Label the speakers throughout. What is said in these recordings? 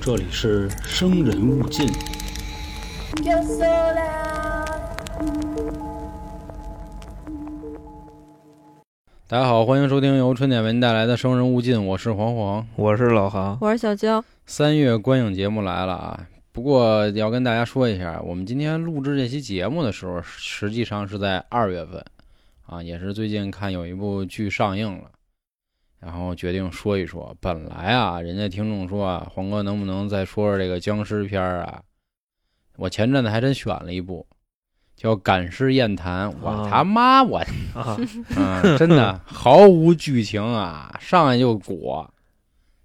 Speaker 1: 这里是《生人勿进》。
Speaker 2: Yo sola,
Speaker 3: 大家好，欢迎收听由春点为您带来的《生人勿近》，我是黄黄。
Speaker 4: 我是老航，
Speaker 5: 我是小娇，
Speaker 3: 三月观影节目来了啊，不过要跟大家说一下，我们今天录制这期节目的时候，实际上是在二月份啊，也是最近看有一部剧上映了，然后决定说一说。本来啊，人家听众说啊，黄哥能不能再说说这个僵尸片儿啊？我前阵子还真选了一部。叫《赶尸宴谈》，我
Speaker 4: 啊
Speaker 3: 他妈我
Speaker 4: 啊，
Speaker 3: 嗯，真的毫无剧情啊，上来就裹，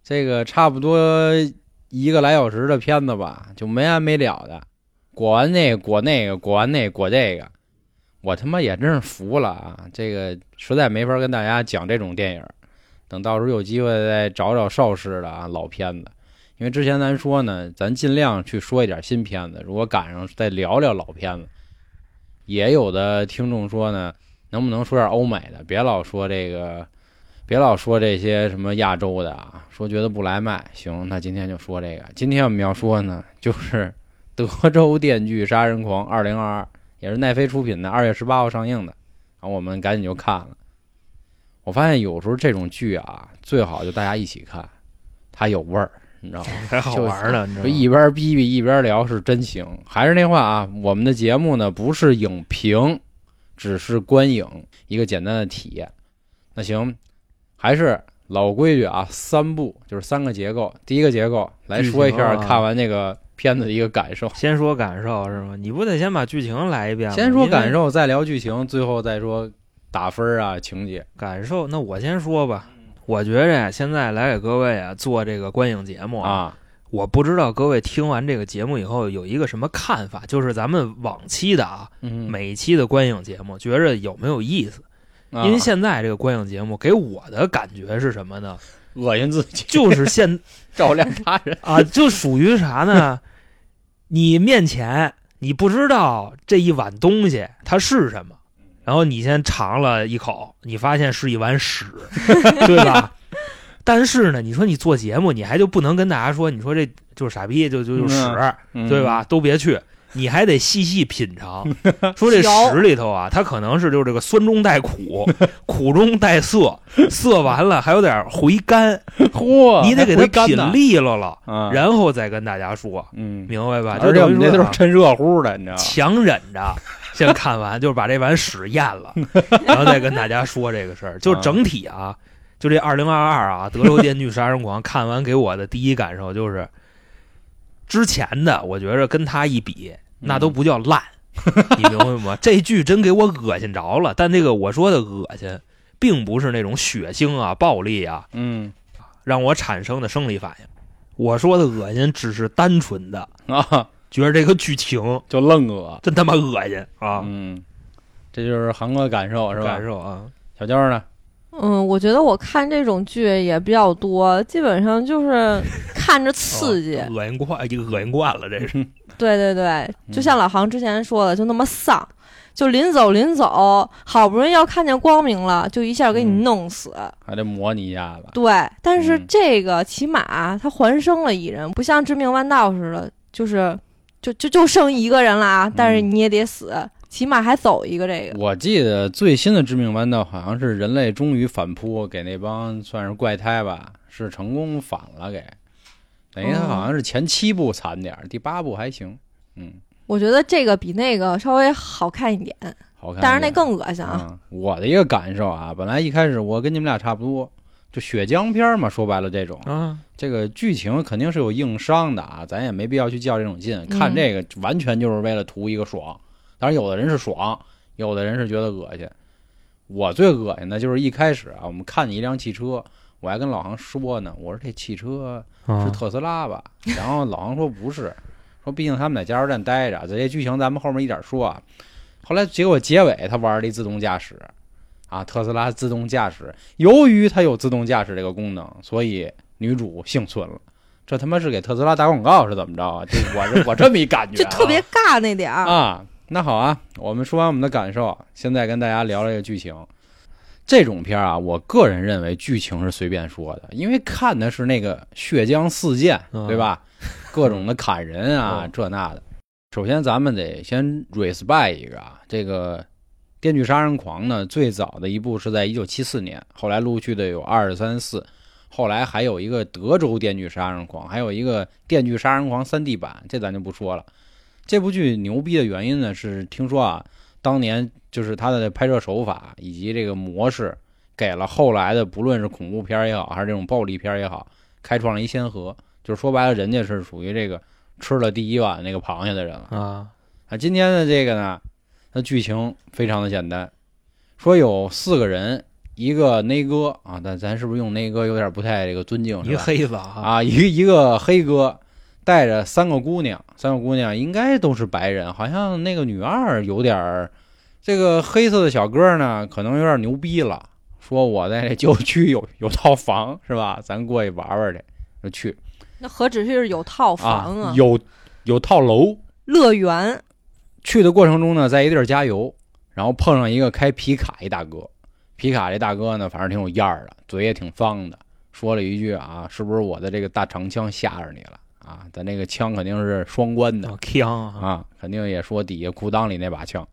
Speaker 3: 这个差不多一个来小时的片子吧，就没完没了的，裹完那个，裹那个，裹完那个，裹这个，我他妈也真是服了啊！这个实在没法跟大家讲这种电影儿，等到时候有机会再找找邵氏的啊老片子，因为之前咱说呢，咱尽量去说一点新片子，如果赶上再聊聊老片子。也有的听众说呢，能不能说点欧美的？别老说这个，别老说这些什么亚洲的啊，说觉得不来卖。行，那今天就说这个。今天我们要说呢，就是《德州电锯杀人狂二零二二》，也是奈飞出品的，二月十八号上映的。然后我们赶紧就看了。我发现有时候这种剧啊，最好就大家一起看，它有味儿，你知道吗？
Speaker 4: 还好玩呢，你知道
Speaker 3: 就
Speaker 4: 吗？
Speaker 3: 一边逼逼一边聊是真行。还是那话啊，我们的节目呢不是影评，只是观影一个简单的体验。那行，还是老规矩啊，三步就是三个结构。第一个结构来说一下
Speaker 4: 剧情啊
Speaker 3: 看完这个片子的一个感受，
Speaker 4: 先说感受是吗？你不得先把剧情来一遍吗？
Speaker 3: 先说感
Speaker 4: 因为，
Speaker 3: 受，再聊剧情，最后再说打分啊、情节。
Speaker 4: 感受。那我先说吧。我觉着呀，现在来给各位啊做这个观影节目，
Speaker 3: 啊，
Speaker 4: 我不知道各位听完这个节目以后有一个什么看法，就是咱们往期的啊，
Speaker 3: 嗯，
Speaker 4: 每一期的观影节目，觉着有没有意思？
Speaker 3: 啊
Speaker 4: 因为现在这个观影节目给我的感觉是什么呢？
Speaker 3: 恶心自己，
Speaker 4: 就是现
Speaker 3: 照亮他人
Speaker 4: 啊，就属于啥呢？你面前你不知道这一碗东西它是什么，然后你先尝了一口，你发现是一碗屎，对吧？但是呢，你说你做节目，你还就不能跟大家说，你说这就是傻逼，就就就
Speaker 3: 嗯
Speaker 4: 屎，对？吧？都别去。你还得细细 品尝，说这
Speaker 5: 嚼
Speaker 4: 屎里头啊，它可能是就是这个酸中 带苦，苦中带涩，涩完了还有点回甘，
Speaker 3: 嚯，
Speaker 4: 你得给它
Speaker 3: 啊还回甘呢
Speaker 4: 品利落了，
Speaker 3: 啊，
Speaker 4: 然后再跟大家说，
Speaker 3: 嗯，
Speaker 4: 明白吧？
Speaker 3: 而且我们这都
Speaker 4: 就是
Speaker 3: 趁热乎的，你知道吗？
Speaker 4: 啊强忍 着先看完，就是把这碗屎咽了，然后再跟大家说这个事儿。就整体啊，就这二零二 二啊，《德州电锯杀人狂》看完给我的第一感受就是，之前的我觉着跟他一比，那都不叫 烂，你明白吗？这剧真给我恶心着了。但这个我说的恶心，并不是那种血腥啊、暴力啊，
Speaker 3: 嗯
Speaker 4: 让我产生的生理反应。我说的恶心只是单纯的
Speaker 3: 啊，
Speaker 4: 觉得这个剧情
Speaker 3: 就愣恶
Speaker 4: 真他妈恶心啊！
Speaker 3: 嗯，这就是韩国的感受是吧
Speaker 4: 感？受啊，
Speaker 3: 小娇呢？
Speaker 5: 嗯，我觉得我看这种剧也比较多，基本上就是看着刺激，
Speaker 3: 哦
Speaker 4: 啊恶心惯，恶心惯了，这是。
Speaker 5: 对对
Speaker 3: 嗯
Speaker 5: 对，就像老航之前说的，就那么丧，就临走临走，好不容易要看见光明了，就一下给
Speaker 3: 嗯
Speaker 5: 你弄死，
Speaker 3: 还得模拟一下子。
Speaker 5: 对，但是
Speaker 3: 嗯
Speaker 5: 这个起码他还生了一人，不像致命弯道似的，就是就就就剩一个人了啊，但是
Speaker 3: 嗯
Speaker 5: 你也得死，起码还走一个这个。
Speaker 3: 我记得最新的《致命弯道》好像是人类终于反扑，给那帮算是怪胎吧，是成功反了给。等于他
Speaker 5: 哦
Speaker 3: 好像是前七部惨点儿，第八部还行，嗯，
Speaker 5: 我觉得这个比那个稍微好看一点，
Speaker 3: 好看一点。
Speaker 5: 但是那更恶心啊。
Speaker 3: 哎嗯，我的一个感受啊，本来一开始我跟你们俩差不多，就血浆片儿嘛，说白了这种，
Speaker 4: 啊，
Speaker 3: 这个剧情肯定是有硬伤的啊，咱也没必要去较这种劲。看这个完全就是为了图一个爽，当然有的人是爽，有的人是觉得恶心。我最恶心的就是一开始啊，我们看见一辆汽车，我还跟老航说呢，我说这汽车
Speaker 4: 啊
Speaker 5: 啊
Speaker 3: 是特斯拉吧？然后老航说不是，说毕竟他们在加油站待着，这些剧情咱们后面一点说啊。后来结果结尾他玩了一自动驾驶，啊，特斯拉自动驾驶，由于它有自动驾驶这个功能，所以女主幸存了。这他妈是给特斯拉打广告是怎么着啊？就我这我这么一感觉
Speaker 5: 就
Speaker 3: 啊、
Speaker 5: 特别尬那点儿。
Speaker 3: 啊。那好啊，我们说完我们的感受，现在跟大家聊聊这个剧情。这种片儿啊，我个人认为剧情是随便说的，因为看的是那个血浆四溅，
Speaker 4: 嗯
Speaker 3: 对吧？各种的砍人啊
Speaker 4: 嗯，
Speaker 3: 这那的。首先，咱们得先 respect 一个啊，这个《电锯杀人狂》呢，最早的一部是在一九七四年，后来陆续的有二三四，后来还有一个德州《电锯杀人狂》，还有一个《电锯杀人狂》三 D 版，这咱就不说了。这部剧牛逼的原因呢，是听说啊，当年就是它的拍摄手法以及这个模式，给了后来的不论是恐怖片儿也好，还是这种暴力片儿也好，开创了一先河。就是说白了，人家是属于这个吃了第一碗那个螃蟹的人了。
Speaker 4: 啊，
Speaker 3: 啊，今天的这个呢，它剧情非常的简单，说有四个人，一个内哥啊，但咱是不是用内哥有点不太这个尊敬？
Speaker 4: 一
Speaker 3: 是
Speaker 4: 个
Speaker 3: 吧
Speaker 4: 黑子啊，
Speaker 3: 啊，一个一个黑哥带着三个姑娘，三个姑娘应该都是白人，好像那个女二有点儿，这个黑色的小哥呢，可能有点牛逼了，说我在这郊区有有套房是吧？咱过去玩玩去，就去
Speaker 5: 那何止是有套
Speaker 3: 啊
Speaker 5: 房，
Speaker 3: 有有套楼。
Speaker 5: 乐园
Speaker 3: 去的过程中呢，在一地儿加油，然后碰上一个开皮卡一大哥，皮卡这大哥呢，反正挺有样儿的，嘴也挺方的，说了一句啊，是不是我的这个大长枪吓着你了啊？咱那个枪肯定是双关的
Speaker 4: 啊枪啊，
Speaker 3: 啊，肯定也说底下裤裆里那把枪。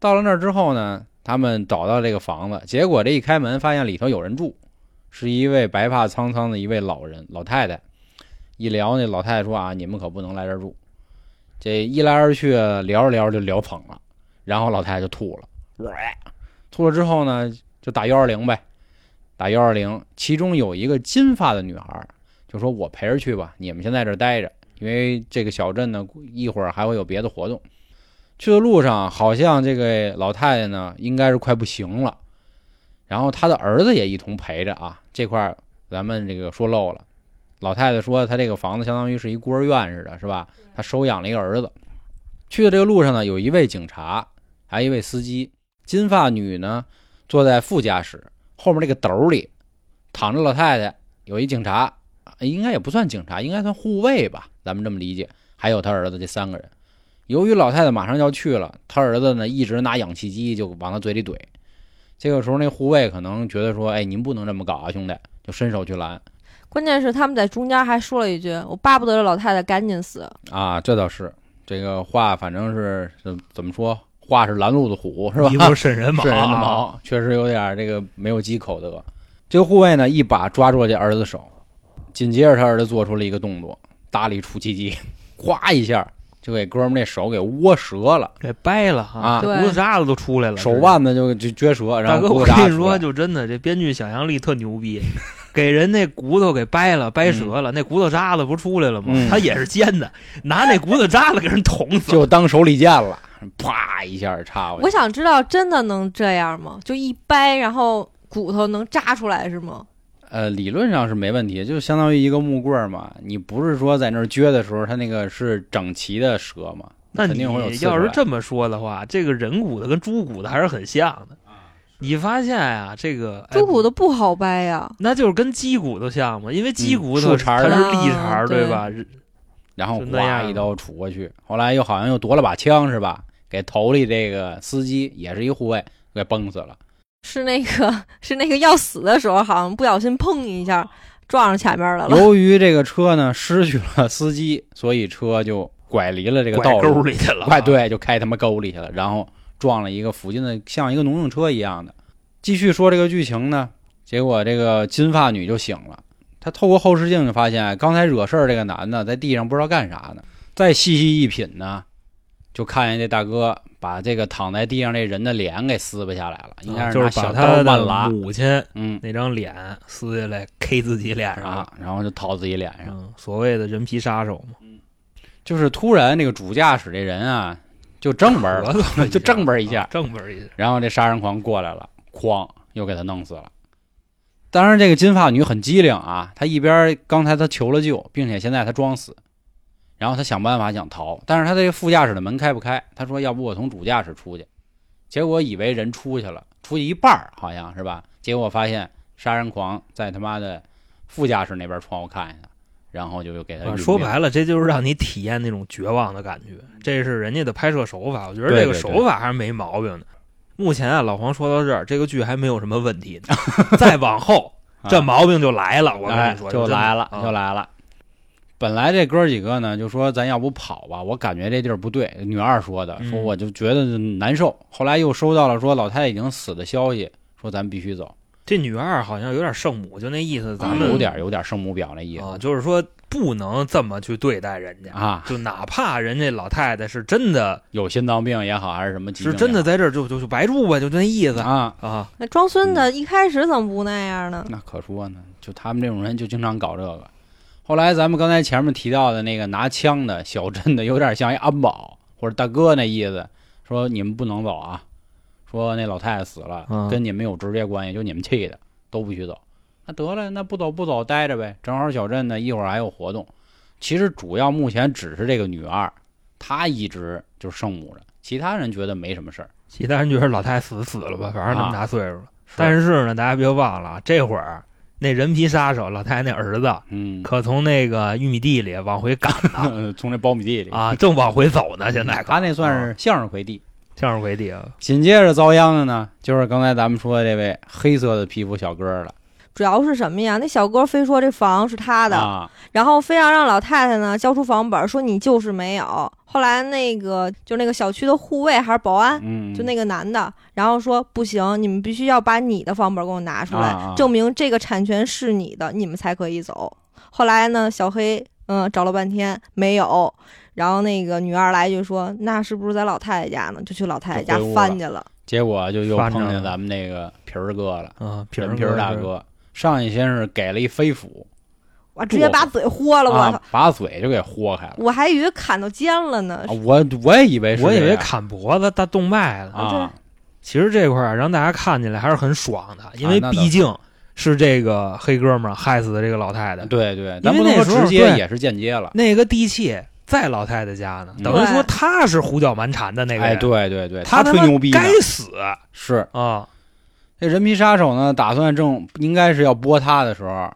Speaker 3: 到了那儿之后呢，他们找到这个房子，结果这一开门发现里头有人住，是一位白发苍苍的一位老人老太太。一聊那老太太说啊，你们可不能来这儿住。这一来二去聊着聊着就聊捧了，然后老太太就吐了，吐了之后呢，就打幺二零呗，打幺二零。其中有一个金发的女孩儿就说：“我陪着去吧，你们先在这儿待着，因为这个小镇呢，一会儿还会有别的活动。”去的路上，好像这个老太太呢，应该是快不行了，然后她的儿子也一同陪着啊。这块儿咱们这个说漏了，老太太说她这个房子相当于是一孤儿院似的，是吧？她收养了一个儿子。去的这个路上呢，有一位警察，还有一位司机。金发女呢坐在副驾驶，后面那个斗里躺着老太太，有一警察，应该也不算警察，应该算护卫吧，咱们这么理解。还有他儿子这三个人，由于老太太马上就要去了，他儿子呢一直拿氧气机就往他嘴里怼。这个时候，那护卫可能觉得说：“哎，您不能这么搞啊，兄弟！”就伸手去拦。
Speaker 5: 关键是他们在中间还说了一句：“我巴不得这老太太赶紧死。
Speaker 3: 啊，这倒是，这个话反正是怎怎么说，话是拦路的虎是吧？
Speaker 4: 一股渗人毛，
Speaker 3: 啊
Speaker 4: 啊
Speaker 3: 是人的，毛，确实有点儿这个没有忌口德。这个护卫呢，一把抓住了这儿子手，紧接着他儿子做出了一个动作，大力出奇迹，咵一下就给哥们儿那手给窝折了，
Speaker 4: 给掰了
Speaker 3: 啊
Speaker 4: 这
Speaker 5: 对
Speaker 4: 胡子渣子都出来了，
Speaker 3: 手腕子就就撅折，然
Speaker 4: 大
Speaker 3: 后骨
Speaker 4: 哥，我
Speaker 3: 头扎
Speaker 4: 跟你
Speaker 3: 出
Speaker 4: 说，
Speaker 3: 来嗯
Speaker 4: 就真的这编剧想象力特牛逼，给人那骨头给掰了，掰折了，那骨头渣子不出来了吗？
Speaker 3: 嗯
Speaker 4: 他也是尖的，拿那骨头渣子给人捅死了。
Speaker 3: 就当手里剑了，啪一下插”过去。
Speaker 5: 我想知道真的能这样吗？就一掰，然后骨头能扎出来是吗？
Speaker 3: 呃，理论上是没问题，就相当于一个木棍儿嘛。你不是说在那儿撅的时候，它那个是整齐的折嘛？
Speaker 4: 那
Speaker 3: 肯
Speaker 4: 你
Speaker 3: 定会有刺出
Speaker 4: 要是
Speaker 3: 来
Speaker 4: 这么说的话，这个人骨头跟猪骨头还是很像的。你发现啊，这个哎
Speaker 5: 猪骨头不好掰呀。
Speaker 4: 那就是跟鸡骨头像嘛，因为鸡
Speaker 3: 嗯
Speaker 4: 骨
Speaker 3: 竖
Speaker 4: 头
Speaker 3: 茬儿
Speaker 4: 它是
Speaker 3: 的
Speaker 4: 立茬
Speaker 5: 啊
Speaker 4: 儿，
Speaker 5: 对
Speaker 4: 吧？嗯
Speaker 3: 然后
Speaker 4: 就那样啊
Speaker 3: 哗一刀杵过去，后来又好像又夺了把枪是吧？给头里这个司机也是一护卫给崩死了。
Speaker 5: 是那个是那个要死的时候，好像不小心碰一
Speaker 3: 哦
Speaker 5: 下撞上前面来了。
Speaker 3: 由于这个车呢失去了司机，所以车就拐离了这个
Speaker 4: 拐
Speaker 3: 道
Speaker 4: 沟
Speaker 3: 路，
Speaker 4: 里去了。
Speaker 1: 啊
Speaker 3: 快，对，就开他妈沟里去了，然后撞了一个附近的像一个农用车一样的。继续说这个剧情呢，结果这个金发女就醒了，她透过后视镜就发现刚才惹事儿这个男的在地上不知道干啥呢。再细细一品呢，就看见这大哥把这个躺在地上这人的脸给撕巴下来了，应该
Speaker 4: 啊就
Speaker 3: 拿
Speaker 4: 是把
Speaker 3: 小
Speaker 4: 他
Speaker 3: 刀慢
Speaker 4: 的
Speaker 3: 拉，
Speaker 4: 母亲
Speaker 3: 嗯
Speaker 4: 那张脸撕下来 K 自己脸上了
Speaker 3: 啊。，然后就掏自己脸上。
Speaker 4: 嗯，所谓的人皮杀手嘛，
Speaker 3: 就是突然这个主驾驶这人啊，就正本儿了，
Speaker 4: 了
Speaker 3: 就正本儿一下
Speaker 4: 啊正本儿一下。
Speaker 3: 然后这杀人狂过来了，哐，又给他弄死了。当然，这个金发女很机灵啊，她一边刚才她求了救，并且现在她装死，然后她想办法想逃，但是她这个副驾驶的门开不开，她说要不我从主驾驶出去，结果以为人出去了，出去一半儿好像是吧，结果发现杀人狂在他妈的副驾驶那边窗户看见她，然后就又给她、
Speaker 4: 啊说白了，这就是让你体验那种绝望的感觉。这是人家的拍摄手法，我觉得
Speaker 3: 对
Speaker 4: 这个
Speaker 3: 对对
Speaker 4: 手法还是没毛病的。目前啊，老黄说到这儿，这个剧还没有什么问题呢再往后，这
Speaker 3: 啊
Speaker 4: 毛病就来了。我跟
Speaker 3: 哎
Speaker 4: 你说，啊
Speaker 3: 就来了，就
Speaker 4: 就
Speaker 3: 来了。本来这哥几个呢，就说咱要不跑吧，我感觉这地儿不对。女二说的，
Speaker 4: 嗯
Speaker 3: 说我就觉得难受。后来又收到了说老太太已经死的消息，说咱必须走，
Speaker 4: 这女二好像有点圣母，就那意思，咱们
Speaker 3: 有点有点圣母婊那意思
Speaker 4: 啊，就是说不能这么去对待人家，
Speaker 3: 啊，
Speaker 4: 就哪怕人家老太太是真的
Speaker 3: 有心脏病也好，还是什么疾病
Speaker 4: 是
Speaker 3: 也好，
Speaker 4: 真的在这儿就就就白住吧，就那意思
Speaker 3: 啊，
Speaker 4: 啊。
Speaker 5: 那装孙
Speaker 3: 嗯
Speaker 5: 子一开始怎么不那样呢？
Speaker 3: 那可说呢，就他们这种人就经常搞这个。后来咱们刚才前面提到的那个拿枪的小镇的，有点像一安保或者大哥那意思，说你们不能走啊，说那老太太死了，
Speaker 4: 嗯
Speaker 3: 跟你们有直接关系，就你们气的都不许走。那得了，那不走不走，待着呗。正好小镇呢一会儿还有活动。其实主要目前只是这个女二，她一直就是圣母着，其他人觉得没什么事儿。
Speaker 4: 其他人觉得老太太死死了吧，反正那么大岁数了。
Speaker 3: 啊是
Speaker 4: 但是呢，大家别忘了，啊这会儿那人皮杀手老太太那儿子
Speaker 3: 嗯，
Speaker 4: 可从那个玉米地里往回赶呢
Speaker 3: 从这苞米地里， 啊
Speaker 4: 啊，正往回走呢。现在可
Speaker 3: 他那算是向日葵地。
Speaker 4: 向日葵地啊，
Speaker 3: 紧接着遭殃的呢，就是刚才咱们说的这位黑色的皮肤小哥了
Speaker 5: 主要是什么呀？那小哥非说这房是他的，
Speaker 3: 啊，
Speaker 5: 然后非要让老太太呢交出房本儿，说你就是没有。后来那个就那个小区的护卫还是保安，
Speaker 3: 嗯，
Speaker 5: 就那个男的，然后说不行，你们必须要把你的房本儿给我拿出来，
Speaker 3: 啊啊
Speaker 5: 证明这个产权是你的，你们才可以走。后来呢，小黑嗯找了半天没有，然后那个女二来就说那是不是在老太太家呢？就去老太太家
Speaker 3: 就回屋了
Speaker 5: 翻去了。
Speaker 3: 结果就又
Speaker 4: 翻着
Speaker 3: 碰见
Speaker 4: 了
Speaker 3: 咱们那个皮儿哥了，
Speaker 4: 啊，皮
Speaker 3: 人
Speaker 4: 儿
Speaker 3: 皮儿大，哥。上一先是给了一飞斧，
Speaker 5: 哇！直接把嘴豁了，我操、
Speaker 3: 啊，把嘴就给豁开了。
Speaker 5: 我还以为砍到肩了呢
Speaker 3: 啊。我我也以为是
Speaker 4: 我以
Speaker 3: 这
Speaker 4: 为
Speaker 3: 样
Speaker 4: 砍脖子大动脉了。
Speaker 3: 啊，
Speaker 4: 其实这块儿让大家看起来还是很爽的，因为
Speaker 3: 啊那倒
Speaker 4: 毕竟是这个黑哥们儿害死的这个老太太。
Speaker 3: 对对，咱
Speaker 4: 因
Speaker 3: 不
Speaker 4: 为
Speaker 3: 能说
Speaker 4: 那时候
Speaker 3: 直接
Speaker 4: 对
Speaker 3: 也是间接了。
Speaker 4: 那个地契在老太太家呢，
Speaker 3: 嗯
Speaker 4: 等于说他是胡搅蛮缠的那个
Speaker 3: 哎，
Speaker 4: 人，
Speaker 3: 对对对，
Speaker 4: 他
Speaker 3: 吹
Speaker 4: 妈
Speaker 3: 牛逼呢
Speaker 4: 该，死
Speaker 3: 是
Speaker 4: 啊！
Speaker 3: 这人皮杀手呢，打算正应该是要剥他的时候，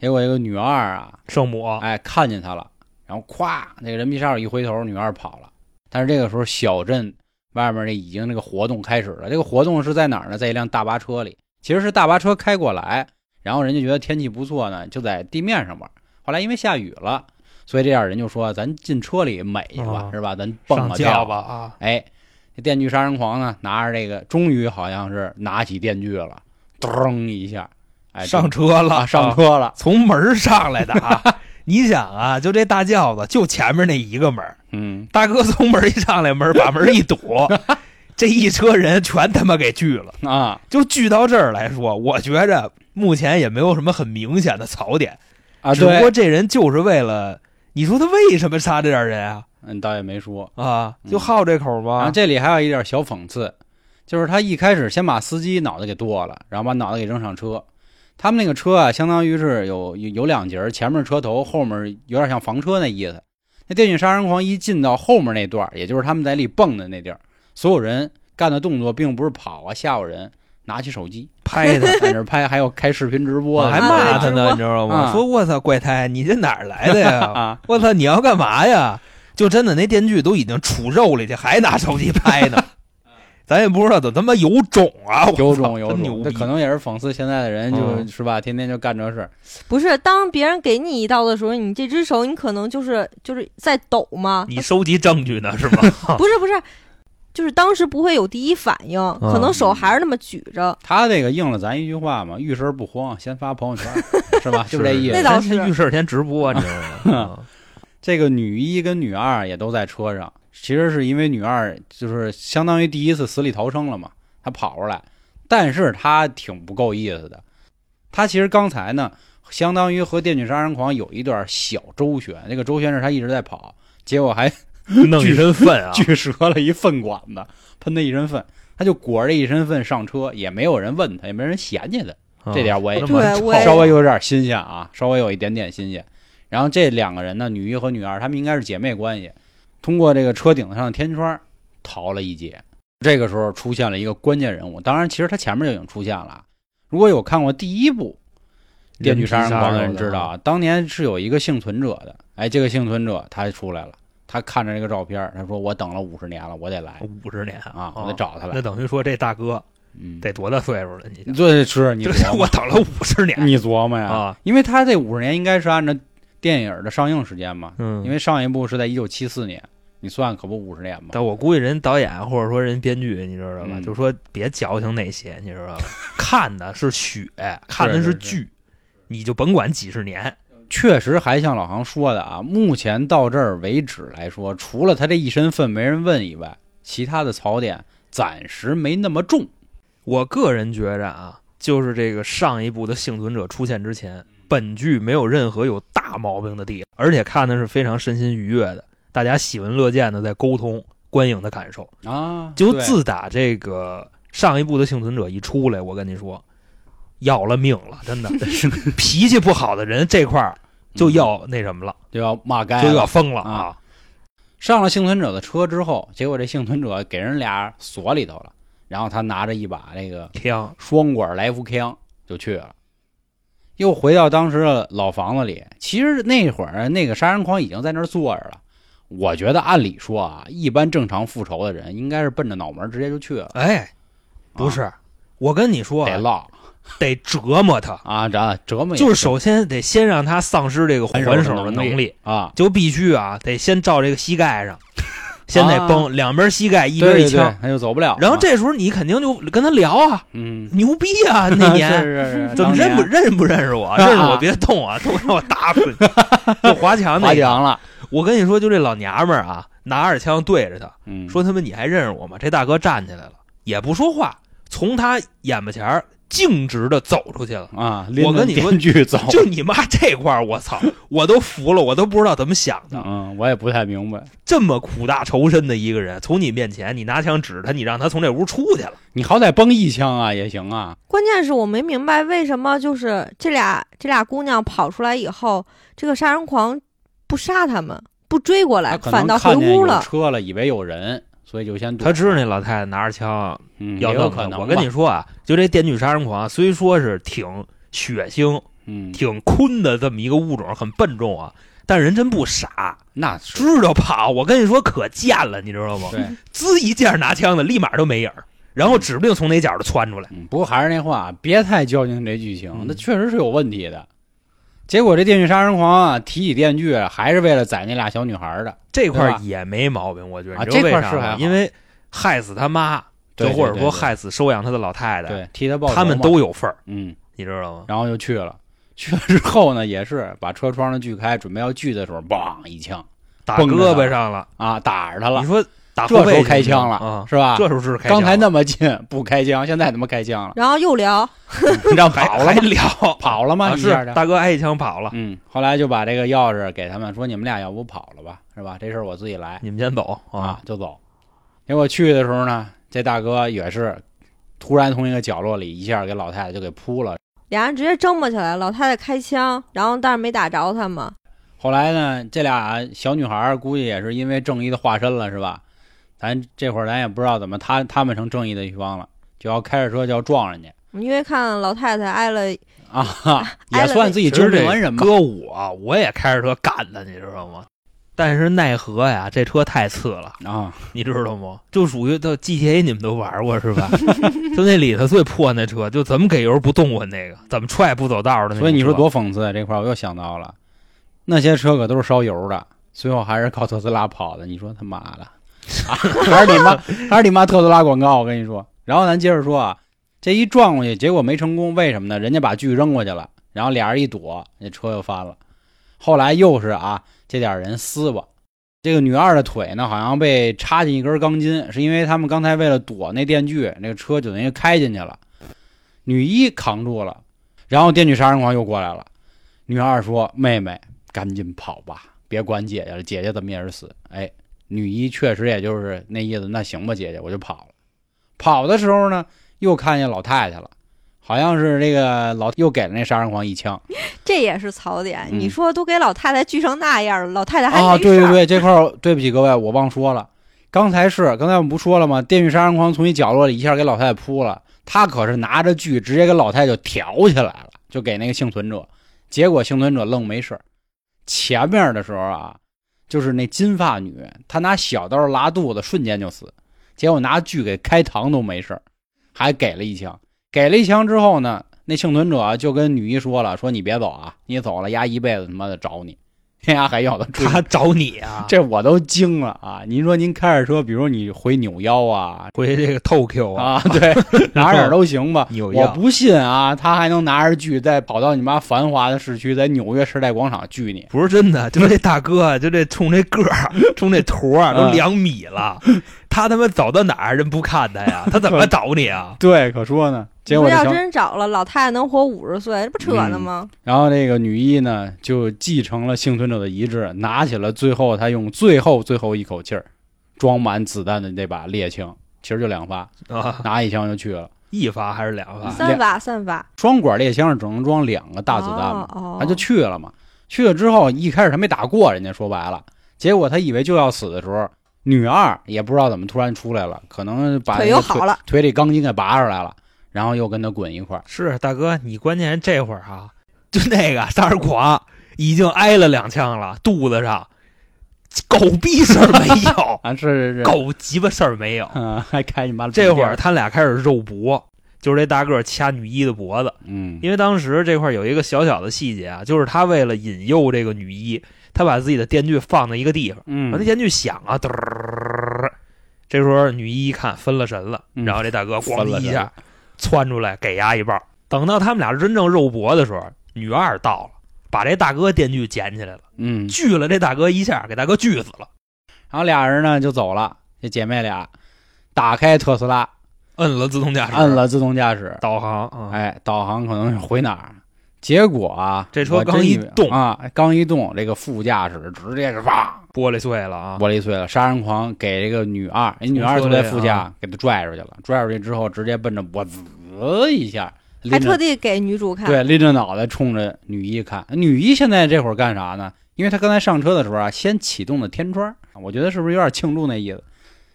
Speaker 3: 结果一个女二啊，
Speaker 4: 圣母
Speaker 3: 哎，看见他了，然后咵，那个人皮杀手一回头，女二跑了。但是这个时候，小镇外面那已经那个活动开始了。这个活动是在哪儿呢？在一辆大巴车里，其实是大巴车开过来，然后人家觉得天气不错呢，就在地面上玩。后来因为下雨了，所以这样人就说：“咱进车里美去吧，
Speaker 4: 啊
Speaker 3: 是吧？咱蹦
Speaker 4: 上
Speaker 3: 个
Speaker 4: 轿
Speaker 3: 跳
Speaker 4: 吧。啊！
Speaker 3: 哎，这电锯杀人狂呢，拿着这个，终于好像是拿起电锯了，噔一下，哎，
Speaker 4: 上车
Speaker 3: 就
Speaker 4: 了，
Speaker 3: 啊，上
Speaker 4: 啊，
Speaker 3: 车了，
Speaker 4: 从门儿上来的啊！ 你想啊，就这大轿子，就前面那一个门儿，
Speaker 3: 嗯，
Speaker 4: 大哥从门儿一上来，门儿把门儿 一堵，这一车人全他妈给拒了。
Speaker 3: 啊，
Speaker 4: 就聚到这儿来说，我觉着目前也没有什么很明显的槽点，
Speaker 3: 啊，
Speaker 4: 只不
Speaker 3: 对，
Speaker 4: 过这人就是为了，你说他为什么杀这点人啊？
Speaker 3: 嗯，倒也没说。
Speaker 4: 啊，
Speaker 3: 嗯
Speaker 4: 就好这口
Speaker 3: 然
Speaker 4: 吗
Speaker 3: 后？这里还有一点小讽刺，就是他一开始先把司机脑袋给剁了，然后把脑袋给扔上车。他们那个车啊，相当于是有有有两节儿，前面是车头，后面有点像房车那意思。那电锯杀人狂一进到后面那段儿，也就是他们在里蹦的那地儿，所有人干的动作并不是跑啊吓唬人，拿起手机
Speaker 4: 拍他，
Speaker 3: 在那儿拍，还有开视频直播
Speaker 4: 我
Speaker 3: 的，
Speaker 4: 还
Speaker 5: 啊
Speaker 4: 骂他
Speaker 5: 对
Speaker 4: 呢，你知道吗？
Speaker 3: 啊
Speaker 4: 说我操，怪胎，你这哪儿来的呀？
Speaker 3: 啊，
Speaker 4: 我操，你要干嘛呀？就真的那电锯都已经杵肉里去，还拿手机拍 呢，咱也不知道怎么他妈有种啊！我操
Speaker 3: 有种有
Speaker 4: 真
Speaker 3: 种，
Speaker 4: 牛
Speaker 3: 这
Speaker 4: 逼
Speaker 3: 可能也是讽刺现在的人，就
Speaker 4: 嗯
Speaker 3: 是吧，天天就干这事儿。
Speaker 5: 不是，当别人给你一刀的时候，你这只手你可能就是就是在抖嘛，
Speaker 4: 你收集证据呢是吗？
Speaker 5: 不是不是，就是当时不会有第一反应，
Speaker 3: 嗯
Speaker 5: 可能手还是那么举着。
Speaker 3: 他这个应了咱一句话嘛，遇事不慌，先发朋友圈，是 吧？ 就这意
Speaker 5: 那
Speaker 3: 思。
Speaker 5: 倒
Speaker 4: 咱
Speaker 5: 是
Speaker 4: 是遇事先直播，你知道吗？
Speaker 3: 这个女一跟女二也都在车上，其实是因为女二就是相当于第一次死里逃生了嘛，她跑出来，但是她挺不够意思的。她其实刚才呢，相当于和电锯杀人狂有一段小周旋，那个周旋是她一直在跑，结果还
Speaker 4: 弄一身粪 啊！
Speaker 3: 锯折了一粪管子，喷她一身粪，她就裹着一身粪上车，也没有人问她，也没人嫌弃她。这点我也
Speaker 4: 啊他妈
Speaker 5: 对我也
Speaker 4: 臭
Speaker 3: 稍微有点新鲜啊，稍微有一点点新鲜。然后这两个人呢，女一和女二，她们应该是姐妹关系，通过这个车顶上的天窗逃了一劫。这个时候出现了一个关键人物，当然其实他前面就已经出现了。如果有看过第一部《电锯杀人狂》的人知道，啊，当年是有一个幸存者的，哎，这个幸存者他出来了，他看着这个照片，他说我等了五十年了，我得来
Speaker 4: 五十年
Speaker 3: 啊，我得找他来。
Speaker 4: 哦那等于说这大哥
Speaker 3: 嗯，
Speaker 4: 得多大岁数了？你
Speaker 3: 你这是你
Speaker 4: 这
Speaker 3: 琢
Speaker 4: 我
Speaker 3: 磨，
Speaker 4: 等了五十年
Speaker 3: 你琢磨呀，
Speaker 4: 啊，
Speaker 3: 因为他这五十年应该是按照电影的上映时间嘛，
Speaker 4: 嗯
Speaker 3: 因为上一部是在一九七四年，你算可不五十年吗？
Speaker 4: 但我估计人导演或者说人编剧，你知道吧？
Speaker 3: 嗯
Speaker 4: 就说别矫情那些，你知道吧？ 看的是血，看的
Speaker 3: 是是
Speaker 4: 剧，你就甭管几十年。
Speaker 3: 确实还像老航说的啊，目前到这儿为止来说，除了他这一身份没人问以外，其他的槽点暂时没那么重。
Speaker 4: 我个人觉着啊，就是这个上一部的幸存者出现之前，本剧没有任何有大毛病的地方，而且看的是非常身心愉悦的，大家喜闻乐见的在沟通观影的感受。
Speaker 3: 啊，
Speaker 4: 就
Speaker 3: 对
Speaker 4: 自打这个上一部的幸存者一出来，我跟你说，要了命了，真的， 脾气不好的人这块儿就要那什么了，
Speaker 3: 就要骂街，
Speaker 4: 就要疯了
Speaker 3: 嗯啊！上了幸存者的车之后，结果这幸存者给人俩锁里头了，然后他拿着一把那个
Speaker 4: 枪，
Speaker 3: 双管来福枪就去了，又回到当时的老房子里。其实那会儿那个杀人狂已经在那儿坐着了。我觉得按理说啊，一般正常复仇的人应该是奔着脑门儿直接就去了，
Speaker 4: 哎，不是，我跟你说啊，
Speaker 3: 啊得落
Speaker 4: 得折磨他，
Speaker 3: 啊，这折磨也
Speaker 4: 就是首先得先让他丧失这个还
Speaker 3: 还
Speaker 4: 手
Speaker 3: 手
Speaker 4: 的
Speaker 3: 能
Speaker 4: 能力，
Speaker 3: 啊，
Speaker 4: 就必须啊，得先照这个膝 盖上，先得崩，两边膝盖一
Speaker 3: 对
Speaker 4: 边
Speaker 3: 啊对
Speaker 4: 一枪
Speaker 3: 对，，他就走不了了。
Speaker 4: 然后这时候你肯定就跟他聊啊，
Speaker 3: 嗯，
Speaker 4: 牛逼 啊，那年
Speaker 3: 是是 是
Speaker 4: 怎
Speaker 3: 当
Speaker 4: 么
Speaker 3: 年
Speaker 4: 认不认不认识我？
Speaker 3: 啊
Speaker 4: 认识我别动啊，动让我打死你！就华强那
Speaker 3: 华
Speaker 4: 个，
Speaker 3: 强了？
Speaker 4: 我跟你说，就这老娘们儿啊，拿着枪对着他
Speaker 3: 嗯，
Speaker 4: 说：“他妈你还认识我吗？”这大哥站起来了，也不说话，从他眼巴前儿径直的走出去了。
Speaker 3: 啊，拎
Speaker 4: 我跟
Speaker 3: 着
Speaker 4: 你说
Speaker 3: 电锯走，
Speaker 4: 就你妈这块儿，我 操，我都服了，我都不知道怎么想的。
Speaker 3: 嗯，我也不太明白，
Speaker 4: 这么苦大仇深的一个人，从你面前，你拿枪指着他，你让他从这屋出去了。
Speaker 3: 你好歹崩一枪啊也行啊，
Speaker 5: 关键是我没明白为什么就是这俩这俩姑娘跑出来以后，这个杀人狂不杀他们，不追过来，
Speaker 3: 他可能
Speaker 5: 哎反倒回
Speaker 3: 看见
Speaker 5: 屋
Speaker 3: 有
Speaker 5: 了。
Speaker 3: 车了，以为有人，所以就先躲。
Speaker 4: 他知道那老太太拿着枪
Speaker 3: 嗯，
Speaker 4: 要
Speaker 3: 也有
Speaker 4: 弄
Speaker 3: 可
Speaker 4: 他
Speaker 3: 能吧。
Speaker 4: 我跟你说啊，就这电锯杀人狂啊，虽说是挺血腥、
Speaker 3: 嗯，
Speaker 4: 挺坤的这么一个物种，很笨重啊，但人真不傻，
Speaker 3: 那是
Speaker 4: 知道跑。我跟你说，可贱了，你知道吗？
Speaker 3: 对，
Speaker 4: 滋一下拿枪的，立马就没影儿，然后指不定从哪角就窜出来。
Speaker 3: 嗯，不过还是那话，别太较劲这剧情，
Speaker 4: 嗯
Speaker 3: 那确实是有问题的。结果这电锯杀人狂啊，提起电锯还是为了宰那俩小女孩的，
Speaker 4: 这块
Speaker 3: 对
Speaker 4: 儿
Speaker 3: 吧
Speaker 4: 也没毛病，我觉得。
Speaker 3: 啊
Speaker 4: 你知道
Speaker 3: 这块
Speaker 4: 为啥
Speaker 3: 是
Speaker 4: 吗
Speaker 3: 还好
Speaker 4: 因为害死他妈，就
Speaker 3: 对
Speaker 4: 或者
Speaker 3: 对
Speaker 4: 说
Speaker 3: 对
Speaker 4: 害死收养他的老太太，
Speaker 3: 对替他报仇
Speaker 4: 他们
Speaker 3: 嘛
Speaker 4: 都有份儿，
Speaker 3: 嗯，
Speaker 4: 你知道吗？
Speaker 3: 然后就去了。去了之后呢，也是把车窗的锯开，准备要锯的时候，梆一枪
Speaker 4: 打
Speaker 3: 绷着
Speaker 4: 胳
Speaker 3: 他
Speaker 4: 膊上了，
Speaker 3: 啊，打着他
Speaker 4: 你
Speaker 3: 了。
Speaker 4: 说打
Speaker 3: 这
Speaker 4: 后
Speaker 3: 时
Speaker 4: 背
Speaker 3: 候开
Speaker 4: 行不行
Speaker 3: 枪了，
Speaker 4: 啊？
Speaker 3: 是吧？
Speaker 4: 这时候是开枪
Speaker 3: 刚
Speaker 4: 了。
Speaker 3: 才那么近不开枪，现在他妈开枪了，
Speaker 5: 然后又聊，
Speaker 3: 让
Speaker 4: 还
Speaker 3: 跑了
Speaker 4: 还
Speaker 3: 吗？
Speaker 4: 聊
Speaker 3: 跑了吗？
Speaker 4: 啊
Speaker 3: 一
Speaker 4: 是
Speaker 3: 下就
Speaker 4: 大哥挨一枪跑了，
Speaker 3: 嗯，后来就把这个钥匙给他们，说你们俩要不跑了吧，是吧？这事儿我自己来
Speaker 4: 你们先走
Speaker 3: 啊，，就走。结果去的时候呢，这大哥也是突然从一个角落里一下给老太太就给扑了。
Speaker 5: 俩人直接争吧起来，老太太开枪，然后但是没打着他们。
Speaker 3: 后来呢，这俩小女孩儿估计也是因为正义的化身了，是吧？咱这会儿咱也不知道怎么他他们成正义的一方了，就要开着车就要撞人家
Speaker 5: 因为看老太太挨了，
Speaker 3: 啊，哈
Speaker 5: 挨
Speaker 3: 也
Speaker 5: 了
Speaker 3: 算自己
Speaker 4: 其实
Speaker 3: 救
Speaker 4: 这
Speaker 3: 命恩人吧。
Speaker 4: 哥我我也开着车干的，你知道吗？但是奈何呀，这车太次了，
Speaker 3: 啊，
Speaker 4: 你知道吗？ 就属于到 GTA 你们都玩过是吧？ 就那里头最破那车，就怎么给油不动我那个，怎么踹不走道的那种车。
Speaker 3: 所以你说多讽刺啊！这块儿我又想到了，那些车可都是烧油的，最后还是靠特斯拉跑的。你说他妈的，啊还是你妈，还是你妈特斯拉广告！我跟你说。然后咱接着说啊，这一撞过去，结果没成功，为什么呢？人家把锯扔过去了，然后俩人一躲，那车又翻了。后来又是啊，这点人撕吧。这个女二的腿呢，好像被插进一根钢筋，是因为他们刚才为了躲那电锯，那个车就等于开进去了。女一扛住了，然后电锯杀人狂又过来了。女二说：“妹妹，赶紧跑吧，别管姐姐了，姐姐怎么也是死。”哎，女一确实也就是那意思，那行吧，姐姐，我就跑了。跑的时候呢，又看见老太太了，好像是这个老又给了那杀人狂一枪。
Speaker 5: 这也是槽点。
Speaker 3: 嗯
Speaker 5: 你说都给老太太锯成那样了，老太太还
Speaker 3: 啊，
Speaker 5: 没事
Speaker 3: 对
Speaker 5: 儿。
Speaker 3: 对对，这块儿对不起各位，我忘说了。刚才是，刚才我们不说了吗？电锯杀人狂从一角落里一下给老太太扑了，他可是拿着锯直接给老太太就挑起来了，就给那个幸存者。结果幸存者愣没事儿。前面的时候啊，就是那金发女，她拿小刀拉肚子，瞬间就死。结果拿锯给开膛都没事儿，还给了一枪。给了一枪之后呢，那幸存者啊就跟女一说了，说你别走啊，你走了，丫一辈子他妈的找你，天丫还要他追。
Speaker 4: 他找你啊，
Speaker 3: 这我都惊了啊！您说您开着车，比如你回纽腰啊
Speaker 4: 回这个 Tokyo 啊，
Speaker 3: 啊，对，哪哪儿都行吧。
Speaker 4: 纽
Speaker 3: 我
Speaker 4: 约
Speaker 3: 不信啊，他还能拿着锯再跑到你妈繁华的市区，在纽约时代广场锯你。
Speaker 4: 不是真的，就这大哥啊，就这冲这个儿，冲这坨儿啊都
Speaker 3: 嗯
Speaker 4: 两米了，他他妈走到哪儿人不看他呀？他怎么找你啊？
Speaker 3: 对，可说呢。结
Speaker 5: 不
Speaker 3: 果
Speaker 5: 是
Speaker 3: 这
Speaker 5: 要
Speaker 3: 小
Speaker 5: 真找了，老太太能活五十岁，这不扯呢
Speaker 3: 嗯
Speaker 5: 吗？
Speaker 3: 然后这个女一呢，就继承了幸存者的遗志，拿起了最后她用最后最后一口气儿装满子弹的那把猎枪，其实就两发，
Speaker 4: 啊，
Speaker 3: 拿一枪就去了。
Speaker 4: 一发还是两发？
Speaker 5: 三发三发，
Speaker 3: 双管猎枪是只能装两个大子弹嘛，啊
Speaker 5: 哦，
Speaker 3: 他就去了嘛。去了之后，一开始他没打过人家，说白了，结果他以为就要死的时候，女二也不知道怎么突然出来了，可能把
Speaker 5: 腿
Speaker 3: 那
Speaker 5: 又
Speaker 3: 个
Speaker 5: 好了，
Speaker 3: 腿里钢筋给拔出来了，然后又跟他滚一块儿。
Speaker 4: 是大哥，你关键这会儿啊，就那个三儿狂已经挨了两枪了，肚子上狗逼事儿没
Speaker 3: ，
Speaker 4: 有
Speaker 3: 啊，是是是，
Speaker 4: 狗鸡巴事儿没有。
Speaker 3: 嗯，还开你妈 的
Speaker 4: 这会
Speaker 3: 屁
Speaker 4: 儿
Speaker 3: 股，
Speaker 4: 他俩开始肉搏，就是这大个儿掐女一的脖子，
Speaker 3: 嗯，
Speaker 4: 因为当时这块儿有一个小小的细节啊，就是他为了引诱这个女一，他把自己的电锯放在一个地方，然后
Speaker 3: 嗯，
Speaker 4: 那电锯响啊，嘚儿，这时候女一一看分了神了，
Speaker 3: 嗯
Speaker 4: 然后这大哥咣
Speaker 3: 分了
Speaker 4: 一
Speaker 3: 神
Speaker 4: 下窜出来给丫一棒。等到他们俩真正肉搏的时候，女二到了，把这大哥电锯捡起来了，
Speaker 3: 嗯，
Speaker 4: 锯了这大哥一下，给大哥锯死了，
Speaker 3: 然后俩人呢就走了，这姐妹俩打开特斯拉，
Speaker 4: 摁了自动驾驶，
Speaker 3: 摁了自动驾驶，
Speaker 4: 导航啊。
Speaker 3: 哎，导航可能是回哪儿。结果啊，
Speaker 4: 这车
Speaker 3: 我真
Speaker 4: 刚一
Speaker 3: 以为
Speaker 4: 动
Speaker 3: 啊，刚一动，这个副驾驶直接是啪
Speaker 4: 玻璃碎了啊！
Speaker 3: 玻璃碎了，杀人狂给这个女二，哎人女二
Speaker 4: 从
Speaker 3: 坐
Speaker 4: 车
Speaker 3: 在
Speaker 4: 里
Speaker 3: 副驾，
Speaker 4: 啊
Speaker 3: 给她拽出去了，拽出去之后直接奔着脖子一下，
Speaker 5: 还
Speaker 3: 拎
Speaker 5: 特
Speaker 3: 着
Speaker 5: 地给女主看，
Speaker 3: 对拎着脑袋冲着女一看，女一现在这会儿干啥呢？因为她刚才上车的时候啊，先启动的天窗，我觉得是不是有点庆祝那意思？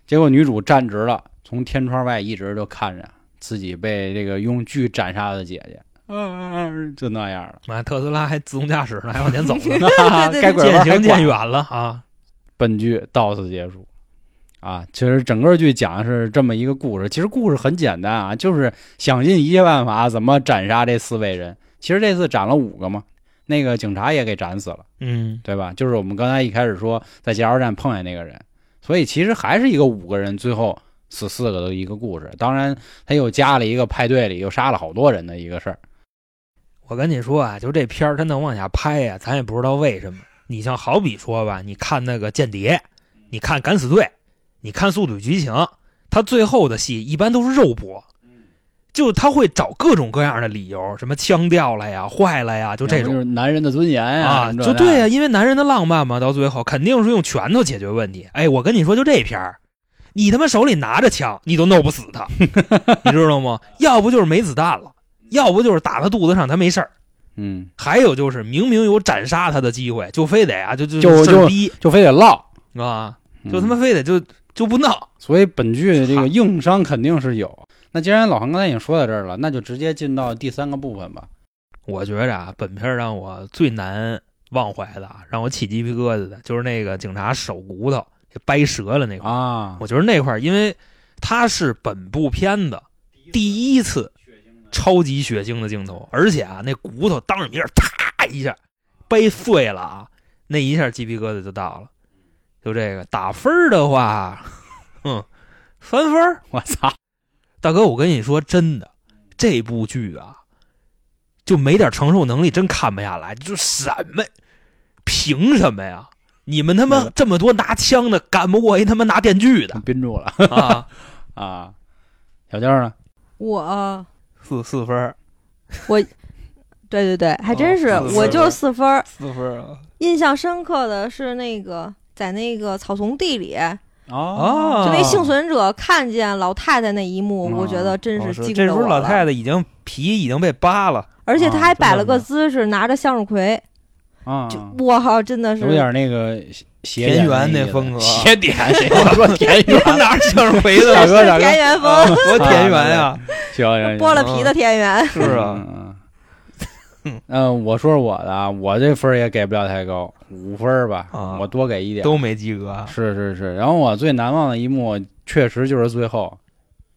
Speaker 3: 结果女主站直了，从天窗外一直就看着自己被这个用锯斩杀的姐姐，嗯、嗯，就那样了，
Speaker 4: 妈，特斯拉还自动驾驶呢，还往前走呢，
Speaker 5: 对
Speaker 3: 该拐
Speaker 4: 渐
Speaker 3: 弯还
Speaker 4: 行
Speaker 3: 拐
Speaker 4: 渐远了啊！
Speaker 3: 本剧到此结束。啊，其实整个剧讲的是这么一个故事。其实故事很简单啊，就是想尽一切办法怎么斩杀这四位人。其实这次斩了五个嘛，那个警察也给斩死了，
Speaker 4: 嗯，
Speaker 3: 对吧？就是我们刚才一开始说在加油站碰见那个人，所以其实还是一个五个人最后死四个的一个故事。当然，他又加了一个派对里又杀了好多人的一个事儿。
Speaker 4: 我跟你说啊，就这片儿，它能往下拍呀、咱也不知道为什么。你像好比说吧，你看那个《间谍》，你看《敢死队》，你看《速度与激情》，它最后的戏一般都是肉搏，就他会找各种各样的理由，什么枪掉了呀、坏了呀，就这
Speaker 3: 要不
Speaker 4: 种
Speaker 3: 就是男人的尊严
Speaker 4: 啊，
Speaker 3: 什么这
Speaker 4: 就
Speaker 3: 那
Speaker 4: 对呀、因为男人的浪漫嘛，到最后肯定是用拳头解决问题。哎，我跟你说，就这片儿，你他妈手里拿着枪，你都弄不死他，你知 道吗？要不就是没子弹了，要不就是打他肚子上他没事儿。
Speaker 3: 嗯，
Speaker 4: 还有就是明明有斩杀他的机会，就非得啊，就就
Speaker 3: 就
Speaker 4: 事儿逼
Speaker 3: 就非得唠，
Speaker 4: 啊，
Speaker 3: 嗯
Speaker 4: 就他妈非得就就不弄。
Speaker 3: 所以本剧这个硬伤肯定是有。那既然老韩刚才已经说到这儿了，那就直接进到第三个部分吧。
Speaker 4: 我觉着啊，本片儿让我最难忘怀的啊，让我起鸡皮疙瘩的，就是那个警察手骨头给掰折了那块儿。
Speaker 3: 啊，
Speaker 4: 我觉得那块儿，因为它是本部片子第一次超级血腥的镜头，而且啊，那骨头当着你面儿啪一下掰碎了啊，那一下鸡皮疙瘩就到了。就这个打分儿的话，嗯，三分儿。
Speaker 3: 我操，
Speaker 4: 大哥，我跟你说真的，这部剧啊，就没点承受能力，真看不下来。就什么，凭什么呀？你们他
Speaker 3: 那
Speaker 4: 妈
Speaker 3: 个
Speaker 4: 这么多拿枪的，干不过一他妈拿电锯的
Speaker 3: 憋住了
Speaker 4: 啊！
Speaker 3: 啊！小娇呢？
Speaker 5: 我
Speaker 4: 四四分，
Speaker 5: 对对对，还真是，
Speaker 4: 哦四分
Speaker 5: 我
Speaker 3: 嗯
Speaker 5: 就是四分儿。
Speaker 4: 四分啊！
Speaker 5: 印象深刻的是那个在那个草丛地里，
Speaker 3: 哦
Speaker 5: 就
Speaker 4: 啊
Speaker 5: 那幸存者看见老太太那一幕，
Speaker 3: 嗯
Speaker 5: 我觉得真
Speaker 4: 哦
Speaker 5: 是
Speaker 4: 是
Speaker 5: 惊
Speaker 4: 这时
Speaker 5: 着我
Speaker 4: 候
Speaker 5: 了。
Speaker 4: 老太太已经皮已经被扒了，
Speaker 5: 而且她
Speaker 3: 啊
Speaker 5: 还
Speaker 4: 真的
Speaker 5: 摆了个
Speaker 4: 是
Speaker 5: 姿势，拿着向日葵，
Speaker 3: 啊，
Speaker 5: 就我靠，真的是
Speaker 3: 有点那个斜
Speaker 4: 田园
Speaker 3: 那
Speaker 4: 那 风格
Speaker 3: 斜点谁 说田园？
Speaker 4: 哪儿向日葵
Speaker 3: 大
Speaker 4: 的？
Speaker 3: 哥，大哥，
Speaker 5: 田园风，
Speaker 4: 啊
Speaker 3: 啊
Speaker 4: 多田园呀！
Speaker 3: 行行行，
Speaker 5: 剥了皮的田园。
Speaker 4: 是啊，
Speaker 3: 嗯，嗯嗯，我说说我的，啊，我这分儿也给不了太高，五分儿吧，
Speaker 4: 啊
Speaker 3: 我多给一点。
Speaker 4: 都没及格。啊
Speaker 3: 是是是。然后我最难忘的一幕，确实就是最后，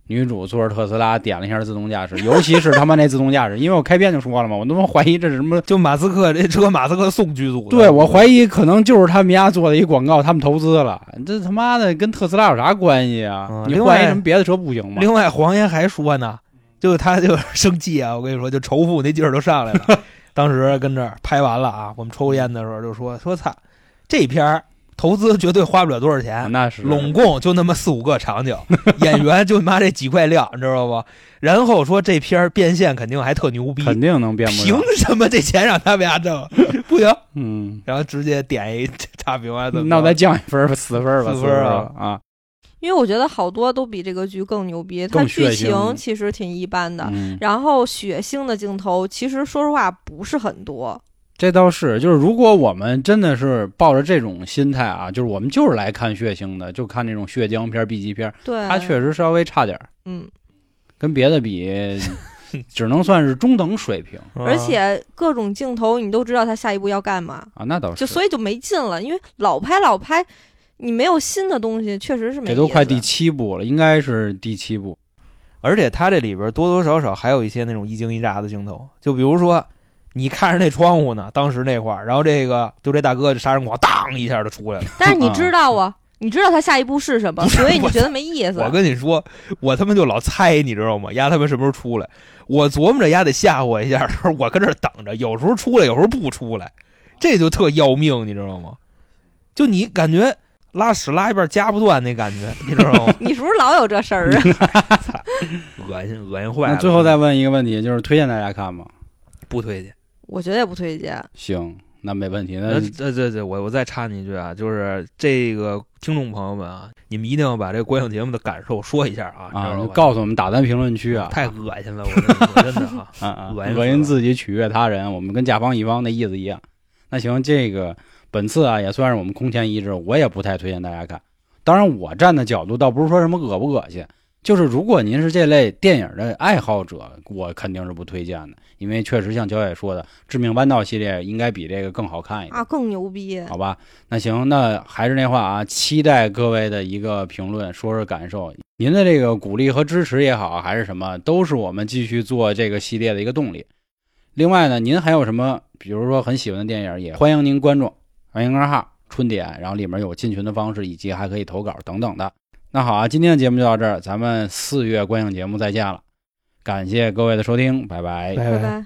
Speaker 3: 女主坐着特斯拉点了一下自动驾驶，尤其是他妈那自动驾驶，因为我开篇就说了嘛，我他妈怀疑这是什么。
Speaker 4: 就马斯克这车，马斯克送剧组的。
Speaker 3: 对，我怀疑可能就是他们家做的一广告，他们投资了。这他妈的跟特斯拉有啥关系啊？
Speaker 4: 嗯
Speaker 3: 你
Speaker 4: 另
Speaker 3: 换一
Speaker 4: 外
Speaker 3: 什么别的车不行吗？
Speaker 4: 另外，黄爷还说呢，就他就 生气啊！我跟你说，就仇富那劲儿都上来了。 当时跟这儿拍完了啊，我们抽烟的时候就说说操，这片儿投资绝对花不了多少
Speaker 3: 啊
Speaker 4: 钱，
Speaker 3: 那是
Speaker 4: 拢共就那么四五个场景， 演员就妈这几块料，你知道不？然后说这片儿变现肯定还特牛逼，
Speaker 3: 肯定能变不
Speaker 4: 凭
Speaker 3: 了。
Speaker 4: 什么这钱让他们家挣？ 不行，
Speaker 3: 嗯，
Speaker 4: 然后直接点一差评啊！怎么着
Speaker 3: 那我再降一分儿吧，四分儿吧，
Speaker 4: 四
Speaker 3: 四
Speaker 4: 分
Speaker 3: 分
Speaker 4: 儿
Speaker 3: 儿
Speaker 4: 啊
Speaker 3: 啊。
Speaker 5: 因为我觉得好多都比这个剧更牛逼，它
Speaker 3: 更
Speaker 5: 剧
Speaker 3: 血腥
Speaker 5: 情其实挺一般的，
Speaker 3: 嗯，
Speaker 5: 然后血腥的镜头其实说实话不是很多，
Speaker 3: 这倒是，就是如果我们真的是抱着这种心态啊，就是我们就是来看血腥的，就看这种血浆片儿、B 级片儿，
Speaker 5: 对，
Speaker 3: 它确实稍微差点儿，
Speaker 5: 嗯，
Speaker 3: 跟别的比， 只能算是中等水平
Speaker 5: 而且各种镜头你都知道他下一步要干嘛，
Speaker 3: 啊。那倒是，
Speaker 5: 就所以就没劲了，因为老拍老拍，你没有新的东西，确实是没
Speaker 3: 这都
Speaker 5: 意思
Speaker 3: 快第七部了，应该是第七部。
Speaker 4: 而且它这里边多多少少还有一些那种一惊一乍的镜头，就比如说你看着那窗户呢，当时那块儿，然后这个就这大哥这杀人狂当一下就出来了。
Speaker 5: 但是你知道啊，你知道他下一步是什么，所以你觉得没意思。？
Speaker 4: 我跟你说，我他妈就老猜，你知道吗？丫他妈什么时候出来？我琢磨着丫得吓唬我一下，说我跟这儿等着，有时候出来，有时候不出来，这就特要命，你知道吗？就你感觉拉屎拉一半夹不断那感觉，你知道吗
Speaker 5: 你是不是老有这事儿啊？
Speaker 4: 恶心恶心坏
Speaker 3: 那
Speaker 4: 了。
Speaker 3: 最后再问一个问题，就是推荐大家看吗？
Speaker 4: 不推荐。
Speaker 5: 我觉得也不推荐。
Speaker 3: 行，那没问题。那
Speaker 4: 呃，对对对，我我再插你一句啊，就是这个听众朋友们啊，你们一定要把这个观影节目的感受说一下啊，
Speaker 3: 啊，就
Speaker 4: 你知道吧
Speaker 3: 告诉我们，打在评论区啊。，
Speaker 4: 太恶心了，我跟你说真的啊
Speaker 3: 啊啊，
Speaker 4: 恶
Speaker 3: 恶
Speaker 4: 心死
Speaker 3: 心
Speaker 4: 了
Speaker 3: 自己取悦他人，我们跟甲方乙方的意思一样。那行，这个本次啊也算是我们空前一致，我也不太推荐大家看。当然，我站的角度倒不是说什么恶不恶心，就是如果您是这类电影的爱好者，我肯定是不推荐的，因为确实像焦野说的，《致命弯道》系列应该比这个更好看一点
Speaker 5: 啊，。更牛逼！
Speaker 3: 好吧，那行，那还是那话啊，期待各位的一个评论，说说感受。您的这个鼓励和支持也好，还是什么，都是我们继续做这个系列的一个动力。另外呢，您还有什么，比如说很喜欢的电影，也欢迎您关注欢迎二号春点，然后里面有进群的方式，以及还可以投稿等等的。那好啊，今天的节目就到这儿，咱们四月观影节目再见了，感谢各位的收听，拜拜
Speaker 4: 拜
Speaker 5: 拜拜。